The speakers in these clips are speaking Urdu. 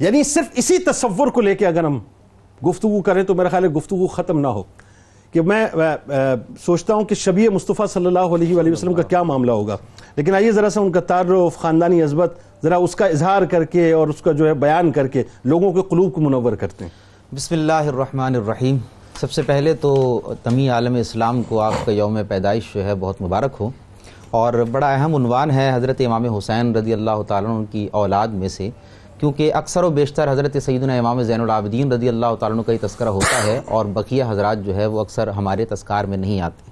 یعنی صرف اسی تصور کو لے کے اگر ہم گفتگو کریں تو میرا خیال ہے گفتگو ختم نہ ہو کہ میں سوچتا ہوں کہ شبیہ مصطفیٰ صلی اللہ علیہ وآلہ وسلم کا کیا معاملہ ہوگا لیکن آئیے ذرا سا ان کا تعارف خاندانی عزبت ذرا اس کا اظہار کر کے اور اس کا جو ہے بیان کر کے لوگوں کے قلوب کو منور کرتے ہیں بسم اللہ الرحمن الرحیم سب سے پہلے تو تمی عالم اسلام کو آپ کا یوم پیدائش جو ہے بہت مبارک ہو اور بڑا اہم عنوان ہے حضرت امام حسین رضی اللہ تعالیٰ عنہ کی اولاد میں سے کیونکہ اکثر و بیشتر حضرت سیدنا امام زین العابدین رضی اللہ تعالیٰ عنہ کا ہی تذکرہ ہوتا ہے اور بقیہ حضرات جو ہے وہ اکثر ہمارے تذکار میں نہیں آتے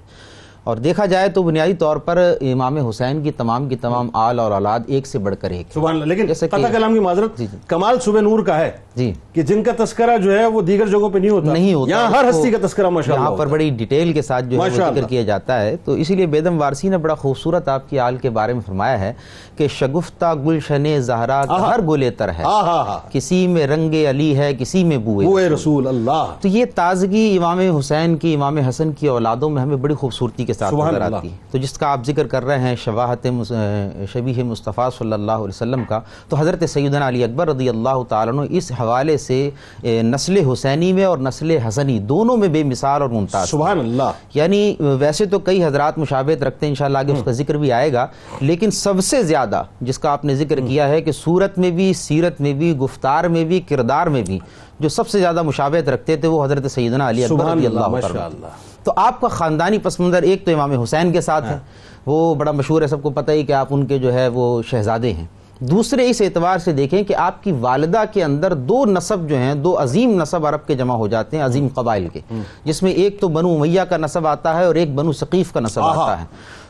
اور دیکھا جائے تو بنیادی طور پر امام حسین کی تمام کی تمام آل اور اولاد ایک سے بڑھ کر ایک ہیں۔ سبحان اللہ لیکن جیسے کہ- قطع کلام کی معذرت جی جی۔ کمال صبح نور کا ہے جی کہ جن کا تذکرہ جو ہے وہ دیگر جگہوں پہ نہیں ہوتا نہیں ہوتا یہاں اس ہر کو- ہستی کا تذکرہ ماشاءاللہ یہاں پر ہوتا ہے۔ بڑی ڈیٹیل کے ساتھ جو ہے وہ ماشاءاللہ۔ ذکر کیا جاتا ہے تو اسی لیے بیدم وارسی نے بڑا خوبصورت آپ کی آل کے بارے میں فرمایا ہے کہ شگفتہ گلشن زہرا کا آہا۔ ہر گلے تر ہے ہاں ہاں ہاں کسی میں رنگ علی ہے کسی میں بوئے وہ رسول اللہ تو یہ تازگی امام حسین کی امام حسن کی اولادوں میں ہمیں بڑی خوبصورتی کے ساتھ سبحان نظر اللہ۔ آتی ہے تو جس کا آپ ذکر کر رہے ہیں شباہت مس- اے، شبیہ مصطفیٰ صلی اللہ علیہ وسلم کا تو حضرت سیدنا علی اکبر رضی اللہ تعالیٰ عنہ اس حوالے سے اے، نسل حسینی میں اور نسل حسنی دونوں میں بے مثال اور ممتاز سبحان اللہ یعنی ویسے تو کئی حضرات مشابہت رکھتے ہیں انشاءاللہ آگے اس کا ذکر بھی آئے گا لیکن سب سے زیادہ جس کا آپ نے ذکر کیا ہے کہ صورت میں بھی سیرت میں بھی گفتار میں بھی کردار میں بھی جو سب سے زیادہ مشابہت رکھتے تھے وہ حضرت سیدنا علی اکبر سبحان رضی اللہ، اللہ تعالیٰ ماشاءاللہ۔ تو آپ کا خاندانی پس منظر ایک تو امام حسین کے ساتھ ہے وہ بڑا مشہور ہے سب کو پتہ ہی کہ آپ ان کے جو ہے وہ شہزادے ہیں دوسرے اس اعتبار سے دیکھیں کہ آپ کی والدہ کے اندر دو نسب جو ہیں دو عظیم نسب عرب کے جمع ہو جاتے ہیں عظیم قبائل کے جس میں ایک تو بنو امیہ کا نسب آتا ہے اور ایک بنو ثقیف کا نسب آہا۔ آتا ہے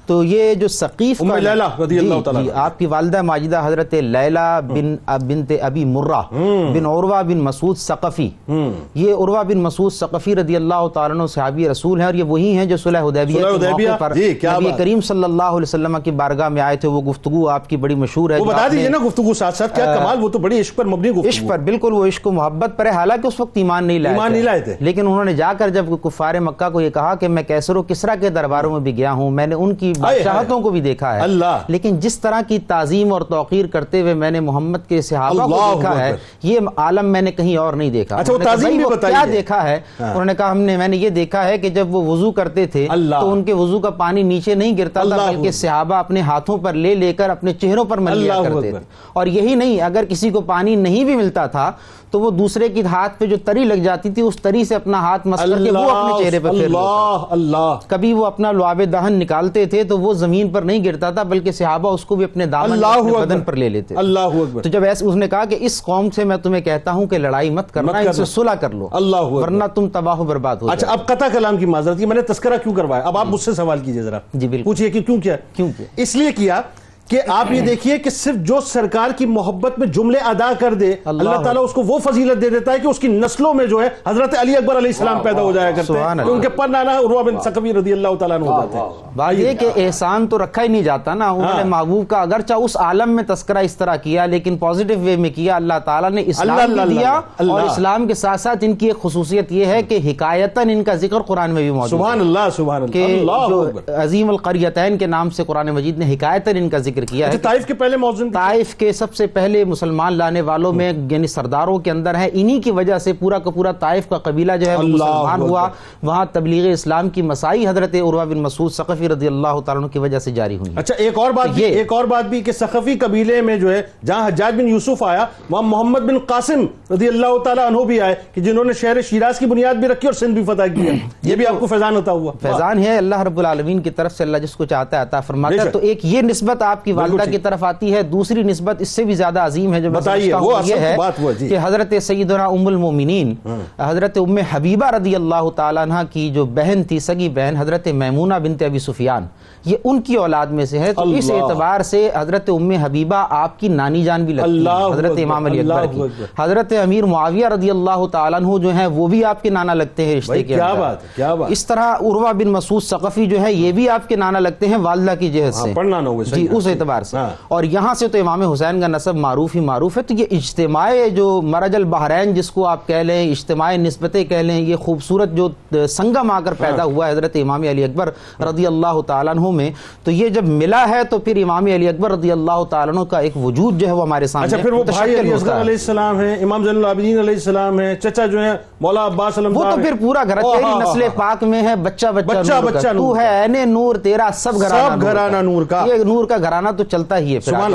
تو یہ جو ثقیف ام لیلہ رضی جی، اللہ تعالیٰ جی، عنہ۔ آپ کی والدہ ماجدہ حضرت لیلہ بن بنت ابی مرہ بن عروہ بن مسعود ثقفی یہ عروہ بن مسعود ثقفی رضی اللہ تعالیٰ عنہ صحابی رسول ہیں اور یہ وہی ہیں جو صلح حدیبیہ صلح کے حدیبیہ؟ موقع پر جی، کیا نبی بات۔ کریم صلی اللہ علیہ وسلم کی بارگاہ میں آئے تھے وہ گفتگو آپ کی بڑی مشہور ہے وہ جو بتا آپ دیجئے نے نا گفتگو ساتھ ساتھ کیا کمال وہ تو بڑی عشق پر مبنی عشق گفتگو پر بالکل وہ عشق و محبت پر ہے حالانکہ اس وقت ایمان نہیں لائے ایمان نہیں لائے تھے۔ لیکن انہوں نے جا کر جب کفار مکہ کو یہ کہا کہ میں کیسر و کسرا کے درباروں میں بھی گیا ہوں میں نے ان کی آئے بادشاہتوں آئے کو بھی دیکھا ہے اللہ۔ لیکن جس طرح کی تعظیم اور توقیر کرتے ہوئے میں نے محمد کے صحابہ کو اللہ دیکھا ہے یہ عالم میں نے کہیں اور نہیں دیکھا اچھا، وہ انہوں نے کہا، تعظیم بھائی، بھی وہ بتائی ہاں۔ کیا ہے۔ دیکھا ہے انہوں نے کہا ہم نے میں نے یہ دیکھا ہے کہ جب وہ وضو کرتے تھے اللہ۔ تو ان کے وضو کا پانی نیچے نہیں گرتا تھا اللہ بلکہ اکبر۔ صحابہ اپنے ہاتھوں پر لے لے کر اپنے چہروں پر من لیا اللہ کرتے اکبر۔ تھے اور یہی نہیں اگر کسی کو پانی نہیں بھی ملتا تھا تو وہ دوسرے کی ہاتھ پہ جو تری لگ جاتی تھی اس تری سے اپنا ہاتھ مس کر کے وہ اپنے چہرے پہ پھیر لیتا اللہ اللہ کبھی وہ اپنا لعاب دہن نکالتے تھے تو وہ زمین پر نہیں گرتا تھا بلکہ صحابہ اس کو بھی اپنے دامن اللہ اپنے اکبر۔ بدن پر لے لیتے تھے۔ اللہ اکبر۔ تو جب ایسے اس نے کہا کہ اس قوم سے میں تمہیں کہتا ہوں کہ لڑائی مت کرنا ان سے کرنا۔ صلح کر لو اللہ اکبر۔ ورنہ تم تباہ و برباد ہو اچھا جاؤ اب قطع کلام کی معذرت یہ میں نے تذکرہ کیوں کروایا اب آپ مجھ سے سوال کیجئے ذرا جی، بالکل۔ پوچھئے کہ کیوں کیا کیوں کیا؟ اس لیے کیا کہ آپ یہ دیکھیے کہ صرف جو سرکار کی محبت میں جملے ادا کر دے اللہ اللہ تعالیٰ اس کو وہ فضیلت دے دیتا ہے کہ اس کی نسلوں میں جو ہے حضرت علی اکبر علیہ السلام پیدا ہو جایا کرتے سبحان ہیں اللہ۔ ان کے پر نانا عروہ بن ثقفی رضی اللہ تعالیٰ عنہ ہو جاتے ہیں بات یہ کہ احسان تو رکھا ہی نہیں جاتا نا انہوں ہاں۔ نے محبوب کا اگرچہ اس عالم میں تذکرہ اس طرح کیا لیکن پازیٹو وے میں کیا اللہ تعالیٰ نے اسلام بھی دیا اور اسلام کے ساتھ ساتھ ان کی ایک خصوصیت یہ ہے کہ حکایتاً ان کا ذکر قرآن میں بھی موجود ہے سبحان اللہ سبحان اللہ کہ اللہ اکبر جو عظیم القریتین کے نام سے قرآن مجید نے حکایتاً ان کا ذکر کیا ہے اچھا طائف کے پہلے موضوع طائف کے سب سے پہلے مسلمان لانے والوں میں یعنی سرداروں کے اندر ہیں انہی کی وجہ سے پورا کا پورا طائف کا قبیلہ جو ہے وہ اللہ مسلمان اکبر۔ ہوا وہاں تبلیغ اسلام کی مسائی حضرت عروہ بن مسعود ثقفی رضی اللہ تعالیٰ عنہ کی وجہ سے جاری ہوئی ہیں۔ اچھا ایک اور بات بھی یہ- ایک اور بات بھی کہ سخفی قبیلے میں جو ہے جہاں حجاج بن یوسف آیا وہاں محمد بن قاسم رضی اللہ تعالیٰ عنہ بھی آئے کہ جنہوں نے شہر شیراز کی بنیاد بھی رکھی اور سندھ بھی فتح کیا یہ بھی آپ کو فیضان ہوتا ہوا فیضان ہے اللہ رب العالمین کی طرف سے اللہ جس کو چاہتا ہے عطا فرماتا بے ہے شک۔ تو ایک یہ نسبت آپ کی والدہ ٹھیک۔ کی طرف آتی ہے دوسری نسبت اس سے بھی زیادہ عظیم ہے جو میں بتائیے، سمجھتا وہ ہوں اصل یہ کی ہے بات وہ ہے، جی۔ ہاں۔ کہ حضرت سیدنا ام المومنین حضرت ام حبیبہ رضی اللہ تعالیٰ عنہ کی جو بہن تھی سگی بہن حضرت میمونہ بنت ابی سفیان یہ ان کی اولاد میں سے ہے تو اس اللہ۔ اعتبار سے حضرت ام حبیبہ آپ کی نانی جان بھی لگتی اللہ ہے حضرت اکبر، امام علی اللہ اکبر کی اکبر۔ حضرت امیر معاویہ رضی اللہ تعالیٰ عنہ جو ہیں وہ بھی آپ کے نانا لگتے ہیں رشتے بھائی، کے کیا اندر۔ بات ہے، کیا بات ہے۔ اس طرح عروہ بن مسعود ثقفی جو ہے یہ بھی آپ کے نانا لگتے ہیں والدہ کی جہت سے ہاں، پڑھنا نہ ہوئے جی اس اعتبار سے ہاں۔ اور یہاں سے تو امام حسین کا نصب معروف ہی معروف ہے تو یہ اجتماع جو مرج البحرین جس کو آپ کہہ لیں اجتماع نسبتیں کہہ لیں یہ خوبصورت جو سنگم آ کر پیدا ہاں۔ ہوا ہے حضرت امام علی اکبر رضی اللہ تعالیٰ عنہ میں تو یہ جب ملا ہے تو پھر امام علی اکبر رضی اللہ تعالیٰ عنہ کا ایک وجود جو ہے وہ ہمارے اچھا سامنے پھر وہ بھائی متشکل علی ہوتا اصغر ہے۔ علیہ السلام ہیں امام زین العابدین علیہ السلام ہیں چچا جو ہیں مولا عباس علم وہ تو صاحب پھر ہیں۔ پورا گھر اوہ، تیری ہاں، ہاں، نسل ہاں۔ پاک میں ہے بچہ بچہ بچہ نور بچہ کا۔ تو نور ہے این نور تیرا سب گھرانہ سب گھرانہ نور کا۔ یہ نور کا گھرانہ تو چلتا ہی ہے پھر سبحان آگے۔